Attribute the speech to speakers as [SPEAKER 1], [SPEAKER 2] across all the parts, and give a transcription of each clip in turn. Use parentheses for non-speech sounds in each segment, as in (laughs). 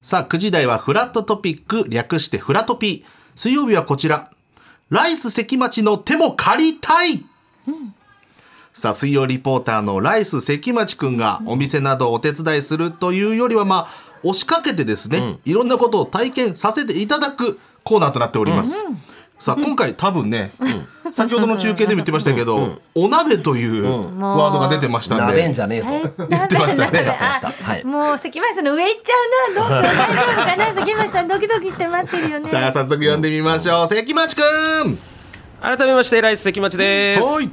[SPEAKER 1] さあ、9時台はフラットトピック、略してフラトピー。水曜日はこちら。ライス関町の手も借りたい、さあ、水曜リポーターのライス関町くんがお店などをお手伝いするというよりは、まあ、押しかけてですね、いろんなことを体験させていただくコーナーとなっております。さあ、今回多分ね、先ほどの中継でも言ってましたけど、お鍋というワードが出てましたんで。
[SPEAKER 2] なめんじゃねえぞ。 (laughs)
[SPEAKER 1] 言ってましたよね
[SPEAKER 2] おっしゃってましたはい
[SPEAKER 3] もう関町さんの上行っちゃうな。どうしよう大丈夫かな。関町さんドキドキして待ってるよね。
[SPEAKER 1] さあ早速呼んでみましょう、関町くん
[SPEAKER 4] 改めましてライス関町です
[SPEAKER 1] はい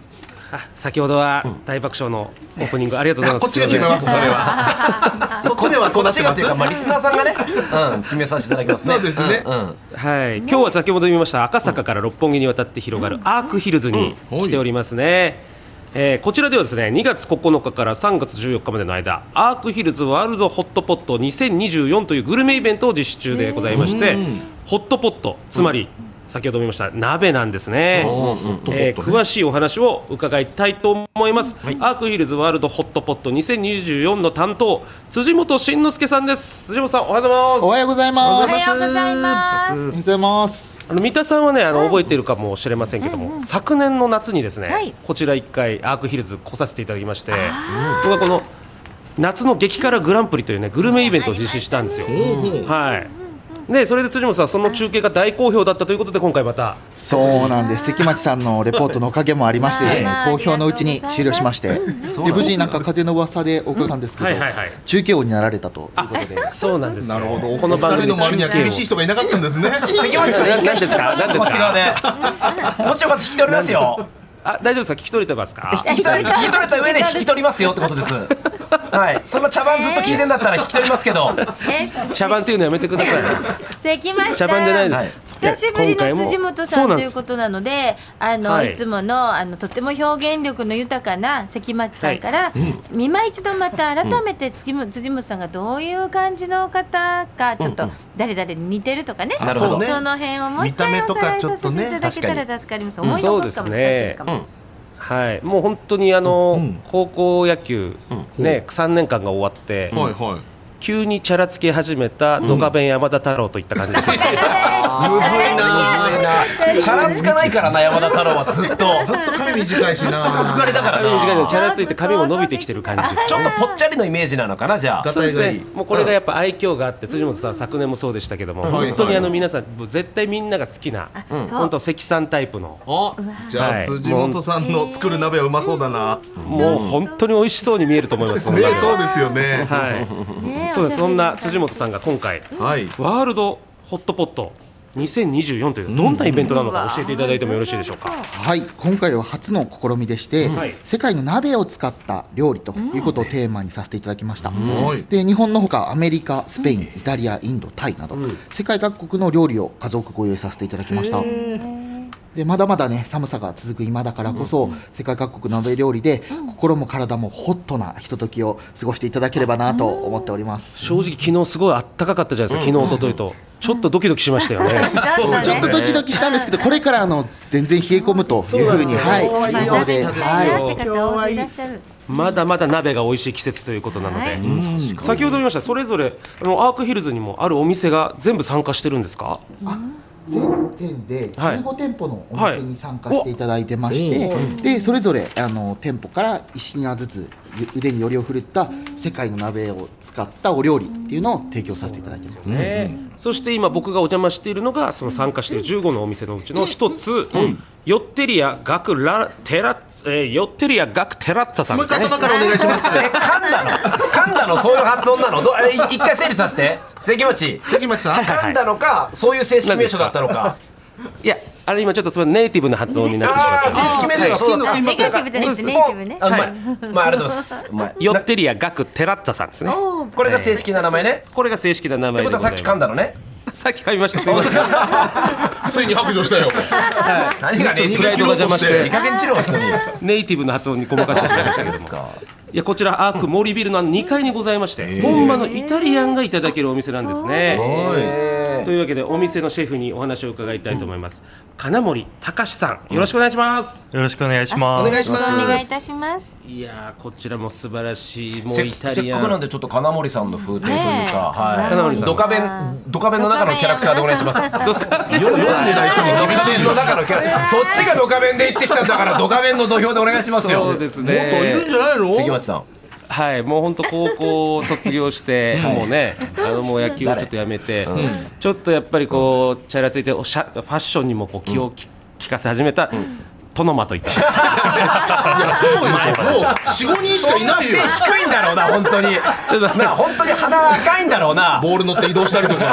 [SPEAKER 4] あ先ほどは大爆笑のオープニングありがとうございます
[SPEAKER 1] こっちが決めますそれは (laughs) そっちではそうなって
[SPEAKER 2] 違う
[SPEAKER 1] ま
[SPEAKER 2] って
[SPEAKER 1] す
[SPEAKER 2] いうか、まあ、リスナーさんがね、うん、決めさせていただきますね。
[SPEAKER 1] そうですね
[SPEAKER 2] んうん
[SPEAKER 4] はい、今日は先ほど言いました赤坂から六本木に渡って広がるアークヒルズに
[SPEAKER 1] うん
[SPEAKER 4] 来ておりますね、えーこちらではですね2月9日から3月14日までの間アークヒルズワールドホットポット2024というグルメイベントを実施中でございまして、ホットポットつまり先ほども言いました鍋なんですね、えー詳しいお話を伺いたいと思います、アークヒルズワールドホットポット2024の担当辻本慎之介さんです辻本さんおはようございます
[SPEAKER 5] おはようござい
[SPEAKER 3] お
[SPEAKER 5] ます。
[SPEAKER 3] はようございます。
[SPEAKER 5] おはようございます。
[SPEAKER 4] あの三田さんはねあの覚えてるかもしれませんけども、昨年の夏にですね、
[SPEAKER 3] はい
[SPEAKER 4] こちら一回アークヒルズ来させていただきまして僕はこの夏の激辛グランプリというねグルメイベントを実施したんですよ。はいでそれで辻本さんその中継が大好評だったということで今回また
[SPEAKER 5] そうなんです。関町さんのレポートのおかげもありましてですね
[SPEAKER 3] はい、
[SPEAKER 5] 好評のうちに終了しまして、で
[SPEAKER 2] そうなんです
[SPEAKER 5] 無事になんか風の噂でお伺ったんですけど
[SPEAKER 4] はいはいはい、
[SPEAKER 5] 中継王になられたということで、
[SPEAKER 4] そうなんですよ
[SPEAKER 1] なるほど
[SPEAKER 4] この番組
[SPEAKER 1] お二人の周りには厳し
[SPEAKER 4] (laughs)
[SPEAKER 1] い
[SPEAKER 4] い
[SPEAKER 1] 人がいなかったんです (laughs) ね
[SPEAKER 2] 関町さん、
[SPEAKER 4] 何で
[SPEAKER 1] (laughs)
[SPEAKER 4] すか何ですか
[SPEAKER 2] こっち側で。もしよかったら引き取りますよ。
[SPEAKER 4] あ大丈夫ですか聞き取れてますか
[SPEAKER 2] 引き取り、引き取れた上で引き取りますよってことです。はい、その茶番ずっと聞いてんだったら引き取りますけど。
[SPEAKER 3] え、
[SPEAKER 4] 茶番っていうのやめてくださ
[SPEAKER 3] 関町さん。
[SPEAKER 4] い茶番じゃないです、
[SPEAKER 2] はい
[SPEAKER 3] 久しぶりの辻本
[SPEAKER 4] そ
[SPEAKER 3] さ
[SPEAKER 4] うんな
[SPEAKER 3] と
[SPEAKER 4] で
[SPEAKER 3] い
[SPEAKER 4] す
[SPEAKER 3] うことなので、あの、
[SPEAKER 4] はい
[SPEAKER 3] い、つものあのとても表現力の豊かな関町さんから、今一度また改めて月も辻本さんがどういう感じの方かちょっと誰々に似てるとかね、
[SPEAKER 2] なるほど
[SPEAKER 3] その辺をもう一
[SPEAKER 1] 見た目
[SPEAKER 3] 回
[SPEAKER 1] と
[SPEAKER 3] お
[SPEAKER 1] か
[SPEAKER 3] さらい
[SPEAKER 1] ち
[SPEAKER 3] させ
[SPEAKER 1] ょっとね
[SPEAKER 3] ていただけた
[SPEAKER 2] 確
[SPEAKER 3] ら助かります。思い起こすか
[SPEAKER 4] そう
[SPEAKER 3] も、
[SPEAKER 4] ですね
[SPEAKER 3] 忘れるかも
[SPEAKER 4] はい、もう本当にあの、高校野球、ね、3年間が終わって、
[SPEAKER 1] はいはい
[SPEAKER 4] 急にチャラつき始めたドカベン山田太郎といっ
[SPEAKER 1] (laughs)
[SPEAKER 4] た感じです、
[SPEAKER 1] むずいな
[SPEAKER 2] チャラつかないからな、山田太郎はずっと。
[SPEAKER 1] (laughs)
[SPEAKER 2] ず
[SPEAKER 1] ず
[SPEAKER 2] っ
[SPEAKER 1] っと髪短いしなずっと
[SPEAKER 2] と憧れだから
[SPEAKER 4] 短い
[SPEAKER 2] な。
[SPEAKER 4] のチャラついて髪も伸びてきてる感じです
[SPEAKER 2] ちょっとぽっちゃりのイメージなのかな、じゃあ。
[SPEAKER 4] そうです
[SPEAKER 1] がい
[SPEAKER 4] ね
[SPEAKER 1] い、
[SPEAKER 4] もうこれがやっぱ愛嬌があって辻本さん昨年もそうでしたけども
[SPEAKER 1] はい
[SPEAKER 4] 本当にあの皆さんもう絶対みんなが好きな
[SPEAKER 3] うん
[SPEAKER 4] 本当関さんタイプの
[SPEAKER 1] あじゃ
[SPEAKER 4] は
[SPEAKER 1] あ
[SPEAKER 4] い
[SPEAKER 1] 辻本さんの作る鍋はうまそうだな
[SPEAKER 4] もう本当に美味しそうに見えると思います
[SPEAKER 1] ね
[SPEAKER 4] 本当に
[SPEAKER 1] そうですよね
[SPEAKER 4] はい
[SPEAKER 3] ね
[SPEAKER 4] そうですそんな
[SPEAKER 3] おしゃべり
[SPEAKER 4] 辻本さんが今回
[SPEAKER 1] はい
[SPEAKER 4] ワールドホットポット2024というどんなイベントなのか教えていただいてもよろしいでしょうか。
[SPEAKER 5] はい、今回は初の試みでして
[SPEAKER 4] はい、
[SPEAKER 5] 世界の鍋を使った料理ということをテーマにさせていただきました。
[SPEAKER 1] はい
[SPEAKER 5] で日本のほかアメリカスペイン、イタリアインドタイなど、世界各国の料理を数多くご用意させていただきましたでまだまだね寒さが続く今だからこそ、世界各国の鍋料理で、心も体もホットなひとときを過ごしていただければなと思っております、
[SPEAKER 4] 正直昨日すごいあったかかったじゃないですか、昨日一昨日とちょっとドキドキしましたよね
[SPEAKER 3] そうだね
[SPEAKER 5] ちょっとドキドキしたんですけど、これからあの全然冷え込むというふうに、はい、
[SPEAKER 1] そうなんですよ
[SPEAKER 5] 予報で
[SPEAKER 3] 食
[SPEAKER 5] す。
[SPEAKER 3] べたい
[SPEAKER 5] は
[SPEAKER 3] なって方大勢いらっしゃる。
[SPEAKER 4] まだまだ鍋が美味しい季節ということなので、
[SPEAKER 3] はい
[SPEAKER 4] うん先ほど言いましたそれぞれあのアークヒルズにもあるお店が全部参加してるんですか
[SPEAKER 5] い、全店で
[SPEAKER 4] はい
[SPEAKER 5] 15店舗のお店に参加していただいてまして、でそれぞれあの店舗から一品ずつゆ腕によりを振るった世界の鍋を使ったお料理っていうのを提供させていただいてます。
[SPEAKER 4] ねそして今僕がお邪魔しているのがその参加している15のお店のうちの一つ、ヨッテリアガクラテラッ、えーヨッテリアガクテラッツァさん
[SPEAKER 1] もう
[SPEAKER 4] で
[SPEAKER 1] 一
[SPEAKER 4] す
[SPEAKER 1] 回
[SPEAKER 4] ね
[SPEAKER 1] 頭からお願いします
[SPEAKER 2] え噛んだの噛んだのそういう発音なのどえい一回整理させて関町
[SPEAKER 1] 関町さん
[SPEAKER 2] 噛んだのかそういう正式名称だったのか
[SPEAKER 4] いやあれ今ちょっとそのネイティブな発音になってしま
[SPEAKER 2] あ
[SPEAKER 4] っ
[SPEAKER 2] あ正
[SPEAKER 4] た
[SPEAKER 2] 式名称がそうだった
[SPEAKER 1] すいま
[SPEAKER 3] ネ
[SPEAKER 1] せん
[SPEAKER 3] ガティブじゃなくてネイティブね。
[SPEAKER 2] あうまいまあありがとうございますうまい
[SPEAKER 4] ヨッテリアガクテラッツァさんですね
[SPEAKER 3] おー
[SPEAKER 2] これが正式な名前ね
[SPEAKER 4] これが正式な
[SPEAKER 2] っ
[SPEAKER 4] 名
[SPEAKER 2] て
[SPEAKER 4] 前
[SPEAKER 2] こ
[SPEAKER 4] でござ
[SPEAKER 2] と
[SPEAKER 4] い
[SPEAKER 2] は
[SPEAKER 4] ま
[SPEAKER 2] さ
[SPEAKER 4] す
[SPEAKER 2] っき噛んだのね
[SPEAKER 4] さっき買いましたすいません
[SPEAKER 1] ついに白状した (laughs) よ
[SPEAKER 2] 何がね
[SPEAKER 4] プライドが邪魔して
[SPEAKER 2] いい加減にしろ本当に
[SPEAKER 4] ネイティブの発音にごまかしてしまいましたけども。いやこちらアーク森ビルの2階にございまして、本場のイタリアンがいただけるお店なんですね。
[SPEAKER 2] え
[SPEAKER 4] というわけでお店のシェフにお話を伺いたいと思います、金森隆さんよろしくお願いします、
[SPEAKER 6] よろしくお願いします。
[SPEAKER 1] お願いします
[SPEAKER 3] お願いいたします。
[SPEAKER 4] いやーこちらも素晴らしいもう
[SPEAKER 2] せ
[SPEAKER 4] イタ
[SPEAKER 2] せっ
[SPEAKER 4] リア
[SPEAKER 2] か
[SPEAKER 4] ン
[SPEAKER 2] くなんでちょっと金森さんの風景という
[SPEAKER 3] ねえ
[SPEAKER 2] か、
[SPEAKER 4] 金森
[SPEAKER 2] はい
[SPEAKER 4] さん
[SPEAKER 2] ドカベンドカベンの中のキャラクターでお願いします
[SPEAKER 1] 読んでない人も
[SPEAKER 2] ドカベンの中のキャラそっちがドカベンで行ってきたんだからドカベンの土俵でお願いしますよ
[SPEAKER 4] そうです
[SPEAKER 1] もっといるん
[SPEAKER 4] ね
[SPEAKER 1] じゃないの
[SPEAKER 2] 関町さん
[SPEAKER 4] はいもう本当高校を卒業して、もうねあのもう野球をちょっとやめて、ちょっとやっぱりこうチャラついておしゃファッションにもこう気をき利かせ始めた、トノマといった
[SPEAKER 1] いやそうよもう45人しかいないよ
[SPEAKER 2] 背低いんだろうな本当に
[SPEAKER 4] ちょっと待って
[SPEAKER 2] なあ本当に鼻赤いんだろうな
[SPEAKER 1] ボール乗って移動したりとか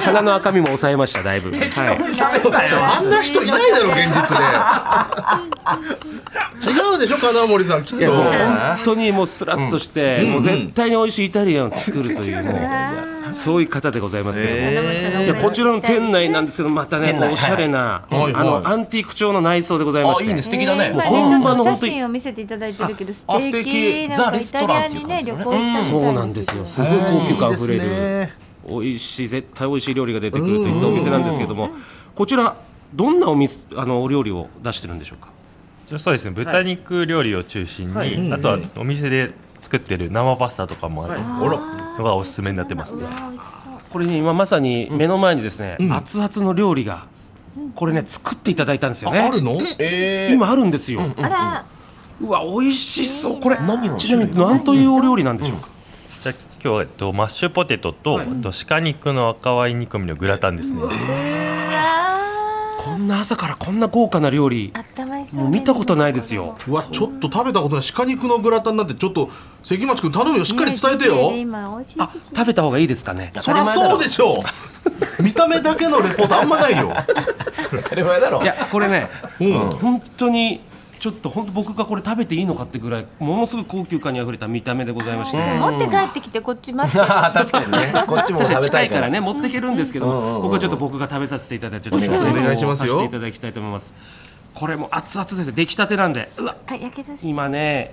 [SPEAKER 4] 鼻の赤みも抑えましただいぶ、
[SPEAKER 2] 適当に喋んなよ
[SPEAKER 1] あんな人いないだろ現実で違うでしょ金森さんきっ
[SPEAKER 4] いやも
[SPEAKER 1] と
[SPEAKER 4] う本当にもうスラッとして、もう絶対に美味しいイタリアンを作るという,、もうそういう方でございますけども、いやこちらの店内なんですけどまたね
[SPEAKER 2] 店内
[SPEAKER 4] もうおしゃれな、
[SPEAKER 1] はい
[SPEAKER 4] あ
[SPEAKER 1] はい
[SPEAKER 4] のアンティーク調の内装でございまして
[SPEAKER 2] あいいね素敵だね
[SPEAKER 3] 今ね、
[SPEAKER 4] もう
[SPEAKER 3] ちょ
[SPEAKER 4] 本場
[SPEAKER 3] っと
[SPEAKER 4] の
[SPEAKER 3] お
[SPEAKER 4] 本
[SPEAKER 3] 写
[SPEAKER 4] 当に
[SPEAKER 3] 真を見せていただいてるけど、素
[SPEAKER 1] あ素敵
[SPEAKER 3] 敵。なんかイタリアにね、
[SPEAKER 2] ザレ
[SPEAKER 3] 旅
[SPEAKER 2] ス
[SPEAKER 3] 行
[SPEAKER 2] ト
[SPEAKER 3] 行ったみたい
[SPEAKER 4] そうなんですよすごい高級感あふれる、美味しい絶対美味しい料理が出てくるといったお店なんですけども、こちらどんなお店あのお料理を出してるんでしょうか
[SPEAKER 6] そうですね。豚肉料理を中心に、
[SPEAKER 4] はい
[SPEAKER 6] あとはお店で作ってる生パスタとかもある
[SPEAKER 1] ほら
[SPEAKER 6] のがおすすめになってますね。
[SPEAKER 4] これね今まさに目の前にですね、熱々の料理がこれね作っていただいたんですよね
[SPEAKER 1] あるの
[SPEAKER 4] 今あるんですよ、
[SPEAKER 3] あら、
[SPEAKER 4] うわ美味しそうこれ
[SPEAKER 2] 何の
[SPEAKER 4] ちなみに何というお料理なんでしょうか、
[SPEAKER 6] じゃあ今日はえっとマッシュポテトと、えっと鹿肉の赤ワイン煮込みのグラタンですね。
[SPEAKER 3] あ
[SPEAKER 4] こんな朝からこんな豪華な料理
[SPEAKER 3] ーあったまりそう
[SPEAKER 4] もう
[SPEAKER 3] ね。
[SPEAKER 4] 見たことないですよ
[SPEAKER 1] うわちょっと食べたことない鹿肉のグラタンなんてちょっと関町君頼むよしっかり伝えて
[SPEAKER 3] ね
[SPEAKER 1] よ
[SPEAKER 3] 時期で今美味しい
[SPEAKER 4] あ
[SPEAKER 3] 時期。
[SPEAKER 4] 食べた方がいいですかね
[SPEAKER 1] そりゃそうでしょう見た目だけのレポートあんまないよ
[SPEAKER 2] 当たり前だろ
[SPEAKER 4] いやこれね、
[SPEAKER 1] ん
[SPEAKER 4] 本当にちょっと本当僕がこれ食べていいのかってぐらいものすごい高級感にあふれた見た目でございまして、
[SPEAKER 3] じゃあ持って帰ってきてこっち待って。
[SPEAKER 2] あー確かに (laughs) ねこっちも
[SPEAKER 4] 確
[SPEAKER 2] 食
[SPEAKER 4] か
[SPEAKER 2] べ
[SPEAKER 4] に
[SPEAKER 2] た
[SPEAKER 4] 近
[SPEAKER 2] い
[SPEAKER 4] いか
[SPEAKER 2] からら
[SPEAKER 4] ね持っていけるんですけどここはちょっと僕が食べさせていただいてちょっと
[SPEAKER 1] お願いします
[SPEAKER 4] お願い
[SPEAKER 1] しますよ
[SPEAKER 4] させていただきたいと思いますこれも熱々ですね出来たてなんでうわ
[SPEAKER 3] あ、やけどし。
[SPEAKER 4] 今ね、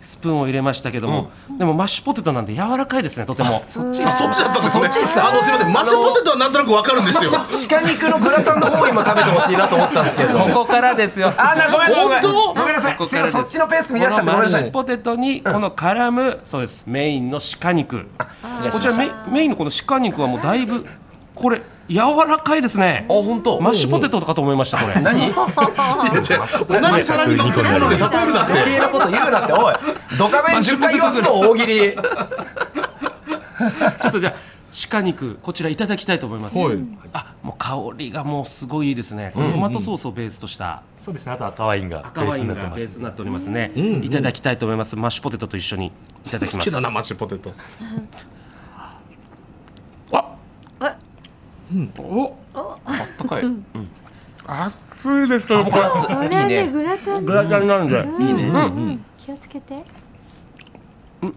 [SPEAKER 4] スプーンを入れましたけども、でもマッシュポテトなんで柔らかいですねとても
[SPEAKER 2] そっち
[SPEAKER 1] あそっちだったんです
[SPEAKER 2] そ
[SPEAKER 1] ね
[SPEAKER 2] っちですよ
[SPEAKER 1] あのすいませんマッシュポテトはなんとなくわかるんですよ
[SPEAKER 2] 鹿肉のグラタンの方を今食べてほしいなと思ったんですけど
[SPEAKER 4] ここからですよ
[SPEAKER 2] (laughs) あーなごめんごめん
[SPEAKER 1] 本当
[SPEAKER 2] ごめんなさい
[SPEAKER 4] ここ
[SPEAKER 2] す
[SPEAKER 4] か
[SPEAKER 2] い
[SPEAKER 4] ら
[SPEAKER 2] ませ
[SPEAKER 4] で
[SPEAKER 2] ん
[SPEAKER 4] す
[SPEAKER 2] そっちのペース見出しちゃって
[SPEAKER 4] こ
[SPEAKER 2] ごめん
[SPEAKER 4] のマッ
[SPEAKER 2] な
[SPEAKER 4] シ
[SPEAKER 2] さ
[SPEAKER 4] ュ
[SPEAKER 2] い
[SPEAKER 4] ポテトにこの絡むそうですメインの鹿肉
[SPEAKER 2] 失礼し
[SPEAKER 4] こ
[SPEAKER 2] ま
[SPEAKER 4] ちら
[SPEAKER 2] した
[SPEAKER 4] メメインのこの鹿肉はもうだいぶこれ柔らかいですね
[SPEAKER 2] あ本当
[SPEAKER 4] マッシュポテトかと思いましたこれ
[SPEAKER 2] 何
[SPEAKER 1] 同じ皿に乗ってるもので例えるなっ
[SPEAKER 2] 余計
[SPEAKER 1] て
[SPEAKER 2] なこと言うなっておいドカベン10回言わすと大喜利
[SPEAKER 4] ちょっとじゃあ鹿肉こちらいただきたいと思います、
[SPEAKER 1] はい
[SPEAKER 4] あもう香りがもうすごいいいですねこれトマトソースをベースとした
[SPEAKER 6] そうですね。あと赤ワインがベ
[SPEAKER 4] 赤
[SPEAKER 6] ー
[SPEAKER 4] ワ
[SPEAKER 6] ス
[SPEAKER 4] イ
[SPEAKER 6] に
[SPEAKER 4] ン
[SPEAKER 6] なって
[SPEAKER 4] が
[SPEAKER 6] ま
[SPEAKER 4] ベース
[SPEAKER 6] す。
[SPEAKER 4] になっておりますね、いただきたいと思いますマッシュポテトと一緒にいただき
[SPEAKER 1] 好
[SPEAKER 4] ま
[SPEAKER 1] き
[SPEAKER 4] す
[SPEAKER 1] だなマッシュポテト
[SPEAKER 4] あ
[SPEAKER 3] あ
[SPEAKER 4] お
[SPEAKER 2] 高い
[SPEAKER 4] 熱いですよこれ
[SPEAKER 3] それはね、グラタン。
[SPEAKER 4] グラタンなんで、
[SPEAKER 3] 気をつけて。
[SPEAKER 4] 美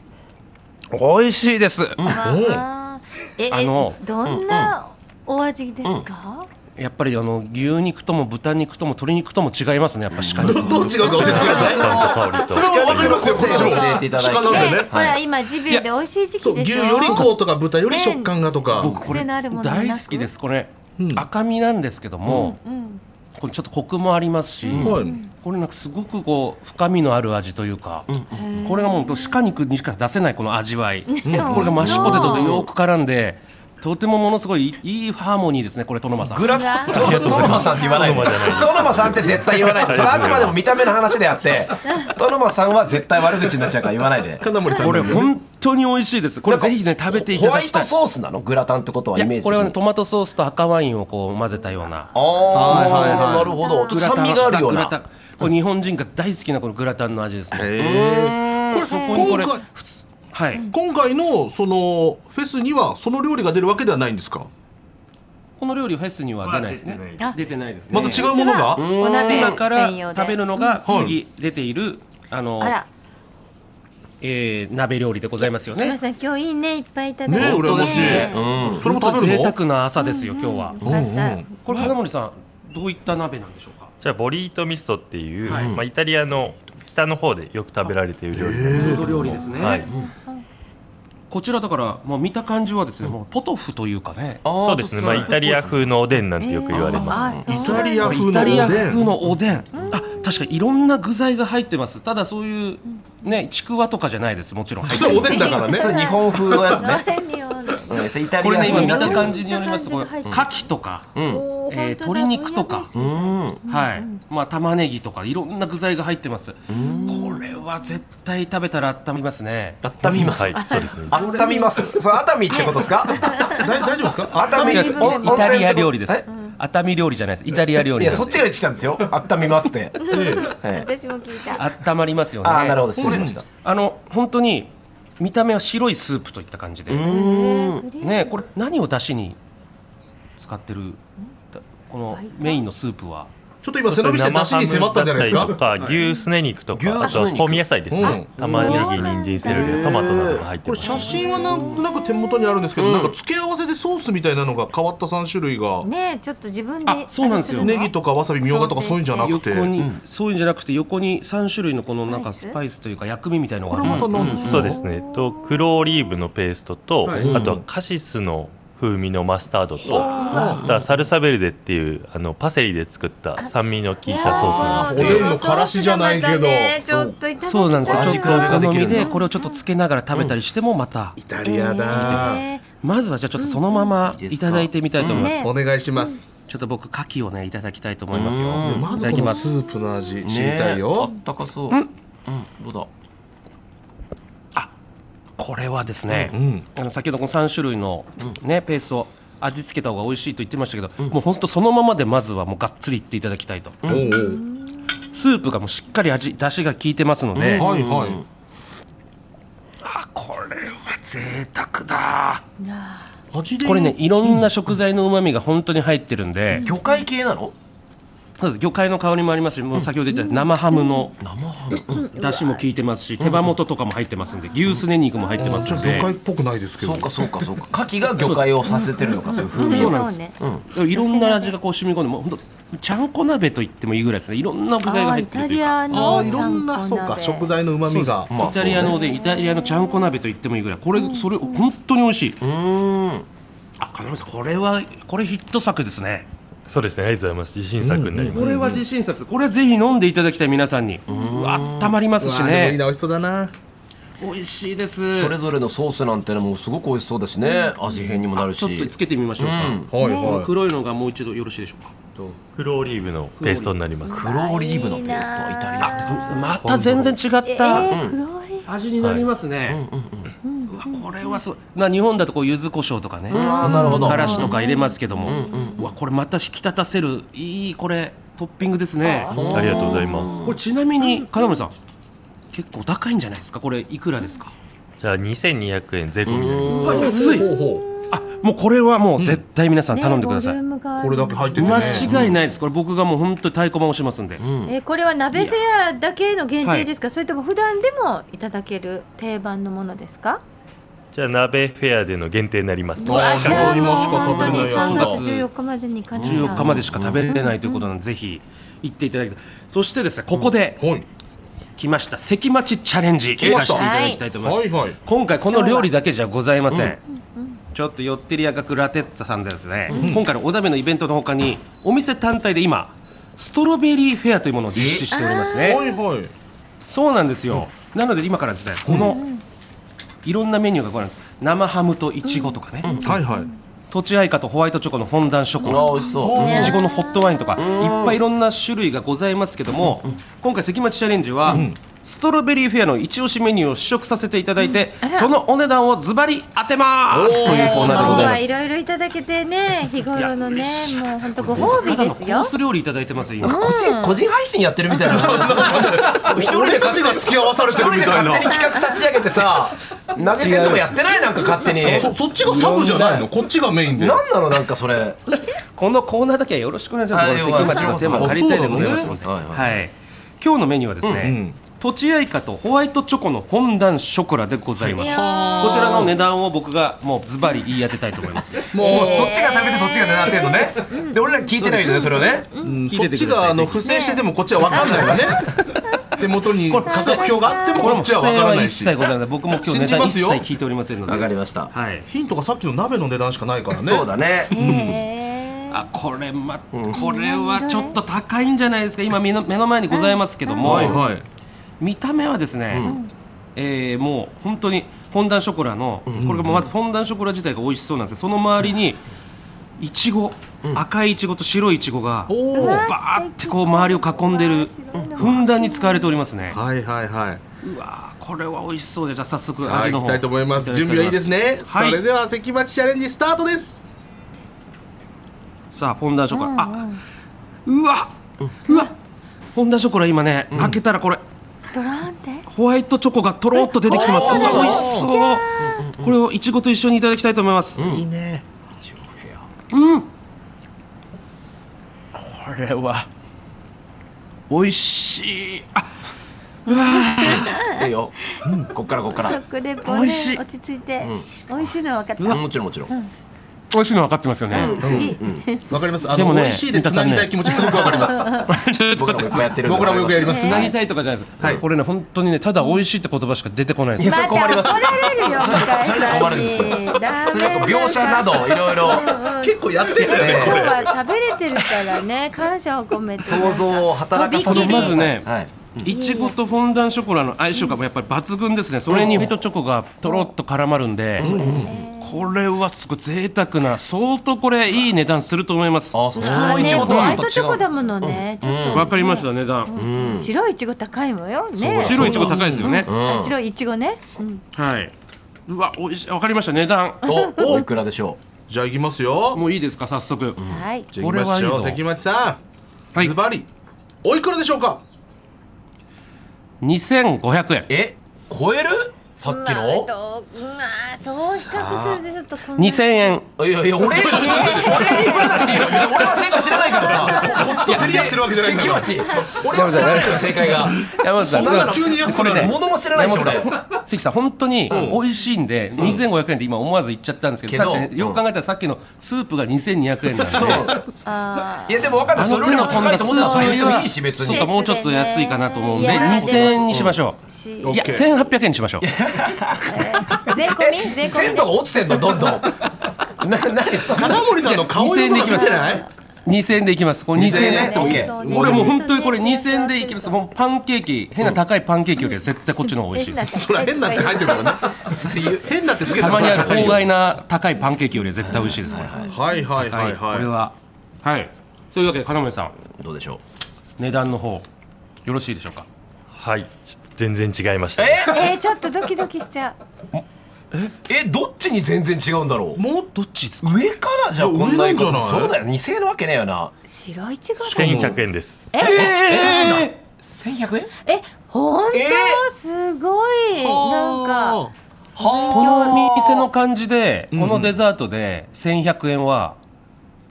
[SPEAKER 4] 味しいです、
[SPEAKER 3] あーえ、
[SPEAKER 4] あの
[SPEAKER 3] えどんなお味ですか？
[SPEAKER 4] やっぱりあの牛肉とも豚肉とも鶏肉とも違いますねやっぱ鹿肉
[SPEAKER 1] どう違うか教えてください
[SPEAKER 6] 香りと
[SPEAKER 1] それはわかりますよこっちも
[SPEAKER 2] 教えていただいて
[SPEAKER 1] 鹿なんで
[SPEAKER 3] え、
[SPEAKER 1] ね
[SPEAKER 3] ほら今ジビエで美味しい時
[SPEAKER 1] そう
[SPEAKER 3] 期
[SPEAKER 1] 牛
[SPEAKER 3] でしょ。
[SPEAKER 1] よりこうとか豚より食感がとか
[SPEAKER 4] 僕こ
[SPEAKER 3] 癖
[SPEAKER 4] れ
[SPEAKER 3] のあるものなく
[SPEAKER 4] 大好きですこれ、赤身なんですけども、これちょっとコクもありますし、
[SPEAKER 1] はい
[SPEAKER 4] これなんかすごくこう深みのある味というか、これがもう鹿肉にしか出せないこの味わい、これがマッシュポテトとよく絡んでとてもものすごいいいハーモニーですねこれトノマさん
[SPEAKER 2] グラ
[SPEAKER 3] うわ
[SPEAKER 2] トトノマさんって言わないで
[SPEAKER 6] トノマじゃない
[SPEAKER 2] トノマさんって絶対言わないでそれはあくまでも見た目の話であってトノマさんは絶対悪口になっちゃうから言わないで
[SPEAKER 1] 金森さん
[SPEAKER 4] これ本当に美味しいですこれぜひね食べていただ
[SPEAKER 2] ホワ
[SPEAKER 4] きたい
[SPEAKER 2] イトソースなのグラタンってことはい
[SPEAKER 4] や
[SPEAKER 2] イメージ
[SPEAKER 4] これはね
[SPEAKER 2] 的に
[SPEAKER 4] トマトソースと赤ワインをこう混ぜたような
[SPEAKER 2] あ
[SPEAKER 4] はいはいは
[SPEAKER 2] あ
[SPEAKER 4] い
[SPEAKER 2] なるほどちょっと酸味があるよう
[SPEAKER 4] グラタン
[SPEAKER 2] な
[SPEAKER 4] ザグラタンこれ日本人が大好きなこのグラタンの味ですねこれそこにこれ
[SPEAKER 1] 今回
[SPEAKER 4] 普通はい
[SPEAKER 1] 今回のそのフェスにはその料理が出るわけではないんですか
[SPEAKER 4] この料理フェスには出ないですね
[SPEAKER 6] まあ出て
[SPEAKER 3] な
[SPEAKER 4] 出てな
[SPEAKER 3] い
[SPEAKER 4] いですね
[SPEAKER 1] また違うものが
[SPEAKER 3] お鍋
[SPEAKER 4] 今から
[SPEAKER 3] 専用で。
[SPEAKER 4] 食べるのが次出ているあの
[SPEAKER 3] あら、
[SPEAKER 4] えー鍋料理でございますよ
[SPEAKER 3] すみ
[SPEAKER 4] ね
[SPEAKER 3] ません、今日いいねいっぱいいただいて。
[SPEAKER 1] ねえ羨ましい
[SPEAKER 3] ね
[SPEAKER 1] それも食べる
[SPEAKER 4] 贅
[SPEAKER 1] の
[SPEAKER 4] 沢な朝ですよ今日は
[SPEAKER 3] よかった
[SPEAKER 4] これ金森さんどういった鍋なんでしょうか
[SPEAKER 6] じゃあボリートミストっていう、
[SPEAKER 4] はい
[SPEAKER 6] まあイタリアの下の方でよく食べられている料理なんです
[SPEAKER 4] 郷土料理ですね
[SPEAKER 6] はい
[SPEAKER 4] こちらだから、まあ、見た感じはですね、もうポトフというかね
[SPEAKER 2] あー
[SPEAKER 6] そうですね、まあ、イタリア風のおでんなんてよく言われます、
[SPEAKER 3] えーあー
[SPEAKER 1] イ
[SPEAKER 3] そう
[SPEAKER 1] タ
[SPEAKER 3] なんだ
[SPEAKER 1] リア風のおで
[SPEAKER 4] イタリア風
[SPEAKER 1] ん
[SPEAKER 4] のおでん、あ確かにいろんな具材が入ってますただそういうねちくわとかじゃないですも
[SPEAKER 2] (laughs)
[SPEAKER 4] ちろん入って
[SPEAKER 1] おでんだからね
[SPEAKER 2] それ日本風のやつね
[SPEAKER 3] 何を
[SPEAKER 2] うんそれイタリ
[SPEAKER 4] これ
[SPEAKER 2] ア
[SPEAKER 4] ね今
[SPEAKER 2] 風
[SPEAKER 4] 見
[SPEAKER 2] な
[SPEAKER 4] た
[SPEAKER 2] んだ
[SPEAKER 4] 感じによりますとこれ
[SPEAKER 3] うん
[SPEAKER 4] 牡蠣とか、
[SPEAKER 2] うん
[SPEAKER 3] おー
[SPEAKER 4] えー
[SPEAKER 3] 本当だ
[SPEAKER 4] 鶏肉とか
[SPEAKER 3] ブイヤベースみたいな
[SPEAKER 2] うん
[SPEAKER 4] はいまあ玉ねぎとかいろんな具材が入ってますこれは絶対食べたら温まりますね
[SPEAKER 2] 温みます
[SPEAKER 6] はい、そうですね
[SPEAKER 2] 温みますそれ熱海ってことですか
[SPEAKER 1] 大大丈夫ですか
[SPEAKER 2] 熱海
[SPEAKER 4] 違う
[SPEAKER 2] 温温泉
[SPEAKER 4] イタリア料理です
[SPEAKER 2] え
[SPEAKER 4] 熱海料理じゃないですイタリア料
[SPEAKER 2] い
[SPEAKER 4] 理
[SPEAKER 2] や
[SPEAKER 4] なん
[SPEAKER 2] そ
[SPEAKER 4] で
[SPEAKER 2] っちが言ってきたんですよ温みますってはい
[SPEAKER 3] 私も聞いた
[SPEAKER 4] 温まりますよね
[SPEAKER 2] ああなるほど失礼しました
[SPEAKER 4] あの本当に見た目は白いスープといった感じで、ねこれ何を出汁に使ってるだこのメインのスープは
[SPEAKER 1] ちょっと今背伸びして出しに迫ったんじゃないです
[SPEAKER 6] 生ハムだ
[SPEAKER 1] か
[SPEAKER 6] ったりとか牛すね肉とか、あ
[SPEAKER 2] 牛す
[SPEAKER 6] と
[SPEAKER 2] ね
[SPEAKER 6] は
[SPEAKER 2] 肉
[SPEAKER 6] 香味野菜です
[SPEAKER 1] う
[SPEAKER 6] ね
[SPEAKER 1] ん。
[SPEAKER 6] 玉ねぎ、人参、セロリ、トマトなどが入っ
[SPEAKER 1] こ
[SPEAKER 6] てま
[SPEAKER 1] れ
[SPEAKER 6] す。
[SPEAKER 1] 写真はなんとなく手元にあるんですけど、なんか付け合わせでソースみたいなのが変わった3種類が、
[SPEAKER 3] ねえちょっと自分で
[SPEAKER 4] あそうなんですよ
[SPEAKER 3] あれ
[SPEAKER 1] ネ
[SPEAKER 3] るの
[SPEAKER 1] ギとかわさびみょうがとかそういうんじゃなくて
[SPEAKER 4] 横に、そういうんじゃなくて横に3種類のこのなんか
[SPEAKER 3] スパイス
[SPEAKER 4] スパイスというか薬味みたいの
[SPEAKER 1] こ
[SPEAKER 4] があ
[SPEAKER 1] れ
[SPEAKER 4] り
[SPEAKER 1] ま
[SPEAKER 4] ます
[SPEAKER 1] た何ですか、
[SPEAKER 6] そうですね。と黒オリーブのペーストと、
[SPEAKER 4] はい
[SPEAKER 6] あとはカシスの風味のマスタードと、あとはサルサベルデっていうあのパセリで作った酸味の効いたソースなんです
[SPEAKER 1] お
[SPEAKER 6] け
[SPEAKER 1] で
[SPEAKER 6] ど。
[SPEAKER 1] んのからしじゃないけど
[SPEAKER 3] ちょっといただきたい
[SPEAKER 4] そうなんですよ
[SPEAKER 2] 味
[SPEAKER 4] ちょっと
[SPEAKER 2] 変えが
[SPEAKER 4] お
[SPEAKER 2] で
[SPEAKER 4] 好
[SPEAKER 2] きる
[SPEAKER 4] み
[SPEAKER 2] んだ
[SPEAKER 4] でこれをちょっとつけながら食べたりしてもまた、
[SPEAKER 1] イタリアだ、
[SPEAKER 3] ね
[SPEAKER 4] まずはじゃあちょっとそのまま
[SPEAKER 2] いいで
[SPEAKER 4] い
[SPEAKER 2] すか
[SPEAKER 4] ただいてみたいと思います、
[SPEAKER 3] ね
[SPEAKER 1] お願いします、
[SPEAKER 4] ちょっと僕牡蠣をねいただきたいと思います
[SPEAKER 2] う
[SPEAKER 4] よ
[SPEAKER 2] ん
[SPEAKER 1] でまずこのスープの味知りたいよ、
[SPEAKER 2] ねえあったかそううんどうだ
[SPEAKER 4] これはですね、
[SPEAKER 1] ん
[SPEAKER 4] あの先ほどこの3種類の、ねペーストを味付けた方が美味しいと言ってましたけど、もう本当そのままでまずはもうがっつりいっていただきたいと、
[SPEAKER 1] おうおう
[SPEAKER 4] スープがもうしっかり味出汁が効いてますので、
[SPEAKER 1] はいはい
[SPEAKER 4] あこれは贅沢だ
[SPEAKER 1] 味で
[SPEAKER 4] これねいろんな食材のうまみが本当に入ってるんで、
[SPEAKER 2] 魚介系なの
[SPEAKER 4] そうです魚介の香りもありますしもう先ほど言った生ハムの
[SPEAKER 2] 生ハム
[SPEAKER 4] 出汁も効いてますし、手羽元とかも入ってますんで牛すね肉も入ってます
[SPEAKER 1] ちょっ
[SPEAKER 4] の
[SPEAKER 1] と魚
[SPEAKER 4] で
[SPEAKER 1] 介っぽくないですけ
[SPEAKER 2] そ
[SPEAKER 1] ど
[SPEAKER 2] うかそうかそうか牡蠣が魚介をさせてるのかそういう風味
[SPEAKER 4] そ
[SPEAKER 2] を
[SPEAKER 4] うなんです
[SPEAKER 3] ね
[SPEAKER 4] いろんな味がこう染み込んでもう本当ちゃんこ鍋と言ってもいいぐらいですねいろんな具
[SPEAKER 3] あ
[SPEAKER 4] 材が
[SPEAKER 3] ー
[SPEAKER 4] 入っ
[SPEAKER 3] イ
[SPEAKER 4] てる
[SPEAKER 3] タ
[SPEAKER 4] という
[SPEAKER 3] リ
[SPEAKER 4] か
[SPEAKER 3] ア
[SPEAKER 1] あ
[SPEAKER 3] の
[SPEAKER 1] あいろんな
[SPEAKER 3] ち
[SPEAKER 1] そ
[SPEAKER 3] ゃ
[SPEAKER 1] うん
[SPEAKER 3] こ
[SPEAKER 1] か
[SPEAKER 3] 鍋
[SPEAKER 1] 食材の旨味が
[SPEAKER 2] まあ
[SPEAKER 4] イタリアのおでん、イタリアのちゃんこ鍋と言ってもいいぐらい、これ、それ、本当に美味しい。
[SPEAKER 2] うん
[SPEAKER 4] あ、金森さん、これは、これヒット作ですね。
[SPEAKER 6] そうですね。ありがとうございます。自信作になります
[SPEAKER 4] こ。れは自信作です、これぜひ飲んでいただきたい皆さんに。あったまりますし
[SPEAKER 1] うわーでもいい
[SPEAKER 4] ね
[SPEAKER 1] な。美味しそうだな
[SPEAKER 4] 美味しいです。
[SPEAKER 2] それぞれのソースなんてのもすごく美味しそうだしね味変にもなるし
[SPEAKER 4] ちょっとつけてみましょうか。
[SPEAKER 2] うん
[SPEAKER 1] はいはい、
[SPEAKER 4] この黒いのがもう一度よろしいでしょうか。
[SPEAKER 6] 黒オリーブのペーストになります。
[SPEAKER 2] 黒オリーブのペーストイタリアってどう
[SPEAKER 4] また全然違
[SPEAKER 3] え
[SPEAKER 4] っ
[SPEAKER 3] ー
[SPEAKER 4] た
[SPEAKER 3] クローリ
[SPEAKER 4] 味になりますね。うわこれはそう、まあ日本だとこう柚子胡椒とかね、
[SPEAKER 2] あーなるほど
[SPEAKER 4] からしとか入れますけども、うわこれまた引き立たせるいいこれトッピングですね。
[SPEAKER 6] ありがとうございます。
[SPEAKER 4] これちなみに金森さん結構高いんじゃないですかこれいくらですか
[SPEAKER 6] じゃあ2200円税込みになります。
[SPEAKER 4] わ安い
[SPEAKER 1] ほうほ
[SPEAKER 4] あもうこれはもう絶対皆さん
[SPEAKER 3] ー
[SPEAKER 4] 頼んでください、
[SPEAKER 3] ねボリュームがあ
[SPEAKER 1] うこ
[SPEAKER 3] る
[SPEAKER 1] れだけ入っててね
[SPEAKER 4] 間違いないですこれ僕がもう本当に太鼓判をしますんで、
[SPEAKER 3] えーこれは鍋フェアだけの限定ですか、それとも普段でもいただける定番のものですか
[SPEAKER 6] じゃあ鍋フェアでの限定になります。
[SPEAKER 1] あー
[SPEAKER 3] じゃあもう
[SPEAKER 1] じゃあ
[SPEAKER 3] 本当に3
[SPEAKER 1] 今しか
[SPEAKER 3] 月
[SPEAKER 1] 食べ
[SPEAKER 3] 14日までにかな
[SPEAKER 4] 14日までしか食べれないということなので、ぜひ行っていただきたいそしてですねここで
[SPEAKER 1] はい
[SPEAKER 4] 来ました関町チャレンジ
[SPEAKER 1] 来
[SPEAKER 4] 出
[SPEAKER 1] まし
[SPEAKER 4] し
[SPEAKER 1] た
[SPEAKER 4] ていただきたいと思います、
[SPEAKER 1] はいはい
[SPEAKER 4] 今回この料理だけじゃございません、ちょっとヨッテリア学ラテッツァさんでですね、今回のお鍋のイベントのほかにお店単体で今ストロベリーフェアというものを実施しておりますね、
[SPEAKER 1] はいはい
[SPEAKER 4] そうなんですよ、なので今からですねこの、いろんなメニューがこれなんです生ハムとイチゴとかね、
[SPEAKER 1] はいはい
[SPEAKER 4] とちあいかとホワイトチョコのフォンダンショコラ
[SPEAKER 2] あ美味しそう
[SPEAKER 4] いちごのホットワインとかいっぱいいろんな種類がございますけども今回関町チャレンジはストロベリーフェアの一押しメニューを試食させていただいて
[SPEAKER 3] あら
[SPEAKER 4] そのお値段をズバリ当てますというコーナーでございま
[SPEAKER 3] は
[SPEAKER 4] す
[SPEAKER 3] いろいろいただけてね日頃のねもう本当ご褒美
[SPEAKER 4] ただ
[SPEAKER 3] で
[SPEAKER 4] のコ
[SPEAKER 3] すよ
[SPEAKER 4] ース料理いただいてますよ
[SPEAKER 2] なん
[SPEAKER 4] 今
[SPEAKER 2] か個人個人配信やってるみたいな一人で
[SPEAKER 1] 俺た
[SPEAKER 2] 勝
[SPEAKER 1] ち
[SPEAKER 2] 手
[SPEAKER 1] が
[SPEAKER 2] に
[SPEAKER 1] 付き合わされ
[SPEAKER 2] 一
[SPEAKER 1] て
[SPEAKER 2] 人
[SPEAKER 1] るみ
[SPEAKER 2] で
[SPEAKER 1] たい
[SPEAKER 2] 勝
[SPEAKER 1] な
[SPEAKER 2] 手に企画立ち上げてさ投げ銭とかやってないなんか勝手に
[SPEAKER 1] そそっちがサブじゃないのこっちがメインで
[SPEAKER 2] なんなのなんかそれ
[SPEAKER 4] このコーナーだけはよろしくお願いします
[SPEAKER 2] あ
[SPEAKER 4] この関町のテーマ借りたいでございます
[SPEAKER 2] そうですね
[SPEAKER 4] はい今日のメニューはですねとちあいかとホワイトチョコのフォンダンショコラでございますこちらの値段を僕がもうズバリ言い当てたいと思います
[SPEAKER 2] もうそっちが食べてそっちが狙ってんのねで俺ら聞いてないよねそれをね
[SPEAKER 1] そっちがあの不正しててもこっちは分かんないのね手元に価格表があってもこっちはわからないし
[SPEAKER 4] 不正は一切ございません。僕も今日ネ
[SPEAKER 1] 信じ
[SPEAKER 4] タ
[SPEAKER 1] ま
[SPEAKER 4] 一
[SPEAKER 1] す
[SPEAKER 4] 切
[SPEAKER 1] よ
[SPEAKER 4] 聞いておりませんので。
[SPEAKER 2] わかりました
[SPEAKER 4] はい。
[SPEAKER 1] ヒントがさっきの鍋の値段しかないからね
[SPEAKER 2] そうだね
[SPEAKER 3] へー
[SPEAKER 4] あこれま、これはちょっと高いんじゃないですか今目の目の前にございますけども、
[SPEAKER 1] はいはい
[SPEAKER 4] 見た目はですね、えーもう本当にフォンダンショコラの、これがもうまずフォンダンショコラ自体が美味しそうなんですけどその周りにいちご、赤いいちごと白いいちごが
[SPEAKER 1] おお
[SPEAKER 3] う
[SPEAKER 1] は
[SPEAKER 3] わ
[SPEAKER 4] バーってこう周りを囲んでる
[SPEAKER 3] 素敵
[SPEAKER 4] ふんだんに使われておりますね
[SPEAKER 1] いはいは
[SPEAKER 4] うわーこれは美味しそうでじゃあ早
[SPEAKER 1] い
[SPEAKER 4] 速
[SPEAKER 1] さあ
[SPEAKER 4] 味の
[SPEAKER 1] 行き
[SPEAKER 4] 方
[SPEAKER 1] たいと思います準備はいいですねそ
[SPEAKER 4] はい
[SPEAKER 1] れでは関町チャレンジスタートです
[SPEAKER 4] さあフォンダンショコラ、あうわうわフォンダンショコラ今ね、開けたらこれ
[SPEAKER 3] ドラーンって
[SPEAKER 4] ホワイトチョコがとろっと出てきてます。
[SPEAKER 1] え
[SPEAKER 4] あ美味しそう。これをいちごと一緒にいただきたいと思います。
[SPEAKER 1] いいね
[SPEAKER 4] うん。これは美味しい。あ、
[SPEAKER 2] いいよこっからこっから
[SPEAKER 3] 食レポね
[SPEAKER 4] 美味しい
[SPEAKER 3] 落ち着いて美味しいのは分かっ
[SPEAKER 2] もちろんもちろん
[SPEAKER 4] 美味しいの分かってますよね。
[SPEAKER 3] た次
[SPEAKER 1] わかりますあ
[SPEAKER 4] で
[SPEAKER 1] の
[SPEAKER 4] も
[SPEAKER 1] 美
[SPEAKER 4] ね
[SPEAKER 1] 味しいでつなぎたい気持ちすごくわかります
[SPEAKER 2] 僕らもよくやってるん
[SPEAKER 1] (laughs)
[SPEAKER 2] で
[SPEAKER 1] 僕らもよくやります
[SPEAKER 4] つなぎたいとかじゃないです。
[SPEAKER 1] はい
[SPEAKER 4] これね本当にねただ美味しいって言葉しか出てこないんです
[SPEAKER 2] い
[SPEAKER 4] よ。
[SPEAKER 2] そ
[SPEAKER 3] ま
[SPEAKER 2] れ
[SPEAKER 3] た
[SPEAKER 2] 困ります
[SPEAKER 3] 怒られるよ向井
[SPEAKER 2] それが
[SPEAKER 3] さ
[SPEAKER 2] 困
[SPEAKER 3] ん
[SPEAKER 2] るんですよ
[SPEAKER 3] にダメ
[SPEAKER 2] それなんか描写などいろいろ
[SPEAKER 1] 結構やってんだ
[SPEAKER 3] 今日
[SPEAKER 1] よね
[SPEAKER 3] は食べれてるからね感謝を込めて
[SPEAKER 2] 想像を働かさせてください
[SPEAKER 4] まずね
[SPEAKER 2] はい
[SPEAKER 4] いちごとフォンダンショコラの相性がやっぱり抜群ですね。それにホワイトチョコがとろっと絡まるんで、これはすごい贅沢な相当これいい値段すると思います。
[SPEAKER 2] あ
[SPEAKER 4] わ
[SPEAKER 2] そう普
[SPEAKER 3] 普
[SPEAKER 2] 通のいちごと
[SPEAKER 3] ホワ
[SPEAKER 2] は
[SPEAKER 3] イ
[SPEAKER 2] ちょ
[SPEAKER 3] トチョ
[SPEAKER 2] っと
[SPEAKER 3] コ
[SPEAKER 2] 違
[SPEAKER 3] だ
[SPEAKER 2] う
[SPEAKER 3] ものねちょっと
[SPEAKER 4] かりました値段。
[SPEAKER 3] うん白いちご高いもんよね
[SPEAKER 4] 白いちご高いですよね。
[SPEAKER 3] あ白いちごねうん
[SPEAKER 4] はいうわおいしいわかりました値段
[SPEAKER 2] おおいくらでしょ
[SPEAKER 1] じゃあ行きますよ
[SPEAKER 4] もういいですか早速、
[SPEAKER 3] はい
[SPEAKER 1] じゃあ行きましょう
[SPEAKER 4] これはいいぞ
[SPEAKER 1] 関町さ
[SPEAKER 4] は
[SPEAKER 1] ん
[SPEAKER 4] い
[SPEAKER 1] ズバリおいくらでしょうか
[SPEAKER 4] 2500円
[SPEAKER 2] うえ超えるさっき
[SPEAKER 3] まあ
[SPEAKER 2] の
[SPEAKER 3] どうまあそう比較するとちょっとこんな
[SPEAKER 4] 2000円
[SPEAKER 2] いやいや俺俺に言わなくていいよ俺は正解知らないからさこっち
[SPEAKER 1] と競り合ってるわけじゃないんだから
[SPEAKER 2] 関町俺は知らないのよ正解が
[SPEAKER 4] 山本さん
[SPEAKER 1] そんなの急に安くなる
[SPEAKER 4] これね
[SPEAKER 2] 物も知らないし俺
[SPEAKER 4] 関さん本当に美味しいんで、2500円って今思わず言っちゃったんですけ
[SPEAKER 2] け
[SPEAKER 4] ど
[SPEAKER 2] ど
[SPEAKER 4] 確かによく考えたらさっきのスープが2200円なんで
[SPEAKER 2] そう
[SPEAKER 3] あ
[SPEAKER 2] いやでも分かんないそれよりも高いと思ったらそれ言ってもいいし別
[SPEAKER 4] ちょっ
[SPEAKER 2] に
[SPEAKER 4] ともうちょっと安いかなと思うんで
[SPEAKER 3] いや
[SPEAKER 4] 2000円にしましょ
[SPEAKER 3] ーし
[SPEAKER 4] ういや
[SPEAKER 1] OK
[SPEAKER 4] 1800円にしましょう
[SPEAKER 3] 税込み税込
[SPEAKER 2] 鮮
[SPEAKER 3] み
[SPEAKER 2] 度
[SPEAKER 3] で
[SPEAKER 2] が落ちてんのど (laughs) んどんな何そ
[SPEAKER 1] 金森さんの顔色とか見てない
[SPEAKER 4] 2000円でいきますこれ2000円で
[SPEAKER 2] ねオッケ
[SPEAKER 3] そう
[SPEAKER 2] ー
[SPEAKER 3] ね
[SPEAKER 4] これもう本当にこれ2000円でいきますもうパンケーキ変な高いパンケーキよりは絶対こっちの方が美味しいです
[SPEAKER 1] そりゃ変なって入ってるからね変なってつけて
[SPEAKER 4] たまにある
[SPEAKER 1] 高い
[SPEAKER 4] 法
[SPEAKER 1] よ
[SPEAKER 4] 外な高いパンケーキよりは絶対美味しいですこれは
[SPEAKER 1] はいはいはいは
[SPEAKER 4] い
[SPEAKER 1] い
[SPEAKER 4] これははいというわけで金森さん
[SPEAKER 2] どうでしょう
[SPEAKER 4] 値段の方よろしいでしょうか
[SPEAKER 6] はいちょっと全然違いました、
[SPEAKER 2] え
[SPEAKER 3] えーちょっとドキドキしちゃう
[SPEAKER 2] えどっちに全然違うんだろう
[SPEAKER 1] もっ
[SPEAKER 4] どっちです
[SPEAKER 2] 上からじゃあこんな
[SPEAKER 1] 上
[SPEAKER 2] に
[SPEAKER 1] なんじゃない
[SPEAKER 2] そうだよ2000円なわけねえよな
[SPEAKER 3] 白いちごだ
[SPEAKER 6] 1100円です
[SPEAKER 2] 1100円
[SPEAKER 3] え本当、
[SPEAKER 2] え
[SPEAKER 3] すごいなんか
[SPEAKER 4] この
[SPEAKER 2] は
[SPEAKER 4] 店の感じでこのデザートで1100円は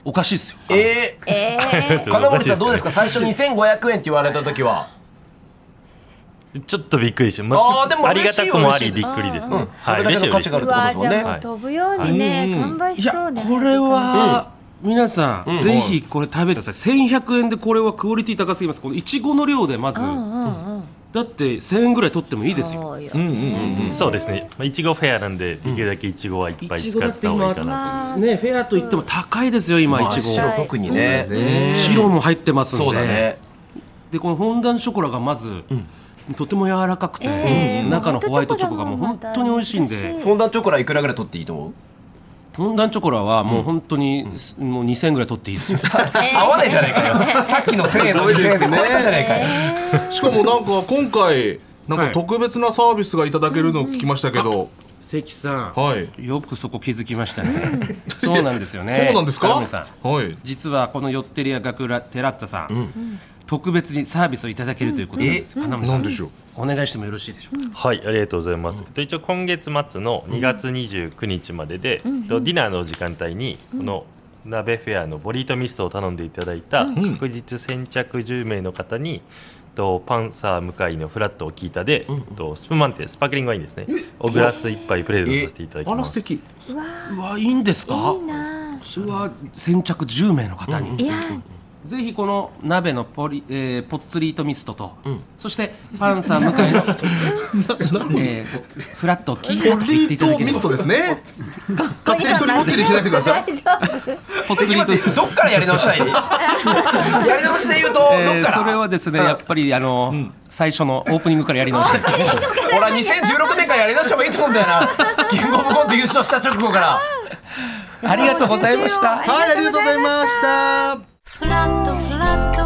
[SPEAKER 4] おかしいですよ
[SPEAKER 2] あえー
[SPEAKER 3] え
[SPEAKER 6] (laughs) え
[SPEAKER 3] ー
[SPEAKER 2] 金森さんどうですか最初2500円って言われた時は
[SPEAKER 6] ちょっとびっくりしま
[SPEAKER 2] あーでも
[SPEAKER 6] あり
[SPEAKER 2] 嬉
[SPEAKER 6] が
[SPEAKER 2] しい
[SPEAKER 6] たくもあ
[SPEAKER 2] 嬉しい
[SPEAKER 6] りびっくりですね、
[SPEAKER 2] うんそれだけの価値がある
[SPEAKER 3] う
[SPEAKER 2] ってことで
[SPEAKER 3] わ
[SPEAKER 2] すもん
[SPEAKER 3] じゃあ
[SPEAKER 2] ね
[SPEAKER 3] も
[SPEAKER 6] は
[SPEAKER 3] う
[SPEAKER 6] い
[SPEAKER 3] 飛ぶようにね、完売
[SPEAKER 4] い
[SPEAKER 3] し
[SPEAKER 4] や
[SPEAKER 3] そうね
[SPEAKER 4] これは皆さんぜひこれ食べてください1100円でこれはクオリティ高すぎますこのいちごの量でまず
[SPEAKER 3] うんうんうん
[SPEAKER 4] だって1000円ぐらい取ってもいいですよ
[SPEAKER 3] そうよ
[SPEAKER 6] そうですねまあいちごフェアなんでできるだけいちごはいっぱい
[SPEAKER 4] いち
[SPEAKER 6] 使
[SPEAKER 4] ごだ
[SPEAKER 6] っ
[SPEAKER 4] って
[SPEAKER 6] た方がい
[SPEAKER 4] 今
[SPEAKER 6] いかな
[SPEAKER 4] ねフェアと言っても高いですよ今いちご
[SPEAKER 2] 白特にね
[SPEAKER 4] 白も入ってますんで
[SPEAKER 2] そうだね
[SPEAKER 4] でこのフォンダンショコラがまず、とても柔らかくて、
[SPEAKER 3] ええ
[SPEAKER 4] 中のホワイトチョコがもう本当に美味しいんで、
[SPEAKER 3] ホワイトチョコだもんまた美味しい
[SPEAKER 2] フォンダンチョコラいくらぐらい取っていいと思う
[SPEAKER 4] フォンダンチョコラはもう本当に、もう2000円ぐらい取っていい
[SPEAKER 2] (laughs)
[SPEAKER 4] ですよ
[SPEAKER 2] 合わないじゃないかよさっきの1000円と2000円で超えたじゃないかよ
[SPEAKER 1] しかもなんか今回なん
[SPEAKER 4] は
[SPEAKER 1] か
[SPEAKER 4] い
[SPEAKER 1] 特別なサービスがいただけるのを聞きましたけど、
[SPEAKER 4] 関さん、
[SPEAKER 1] はい
[SPEAKER 4] よくそこ気づきましたねそうなんですよね
[SPEAKER 1] そうなんです
[SPEAKER 4] 金
[SPEAKER 1] か
[SPEAKER 4] 森さん
[SPEAKER 1] はい
[SPEAKER 4] 実はこのヨッテリアガクラテラッツァさん、特別にサービスをいただけるということなんです、金森さん
[SPEAKER 1] なんでしょう
[SPEAKER 4] お願いしてもよろしいでしょうか、
[SPEAKER 6] はいありがとうございます、えっと一応今月末の2月29日までで、えっとディナーの時間帯にこの鍋フェアのボリートミストを頼んでいただいた確実先着10名の方に、えっとパンサー向井のフラットを聞いたで、えっとスプーンマンテンスパークリングワインですねをグラス1杯プレゼントさせていただき
[SPEAKER 1] あら
[SPEAKER 6] ま
[SPEAKER 1] 素
[SPEAKER 6] す
[SPEAKER 1] 敵
[SPEAKER 4] うわいいんですか
[SPEAKER 3] いいなあ
[SPEAKER 4] それは先着10名の方に、
[SPEAKER 3] いや
[SPEAKER 4] ぜひこの鍋のポリ、えー、ポッツリートミストと、
[SPEAKER 2] ん
[SPEAKER 4] そしてパンサー向かいの、 (laughs) えー、フラットを聞いた
[SPEAKER 1] ポ
[SPEAKER 4] と言
[SPEAKER 1] リ
[SPEAKER 4] って
[SPEAKER 1] ー
[SPEAKER 4] いただ
[SPEAKER 1] ト
[SPEAKER 4] け
[SPEAKER 1] ミ
[SPEAKER 4] れ
[SPEAKER 1] ス
[SPEAKER 4] ば
[SPEAKER 1] トです (laughs) ね勝手に一人ぼっちにしないでください
[SPEAKER 3] 大丈夫
[SPEAKER 4] ポッツリ
[SPEAKER 2] 関
[SPEAKER 4] ートミ
[SPEAKER 2] 町
[SPEAKER 4] スト
[SPEAKER 2] どっからやり直したい (laughs) やり直しで言うとどっ
[SPEAKER 4] えー
[SPEAKER 2] か
[SPEAKER 4] それ
[SPEAKER 2] ら
[SPEAKER 4] はですねやっぱりあの、最初のオープニングからやり直したいですね
[SPEAKER 2] 俺は2016年からやり直した方がいいと思うんだよなキングオブコント優勝した直後から
[SPEAKER 4] (laughs) ありがとうございました
[SPEAKER 1] はいありがとうございました
[SPEAKER 3] フラットフラット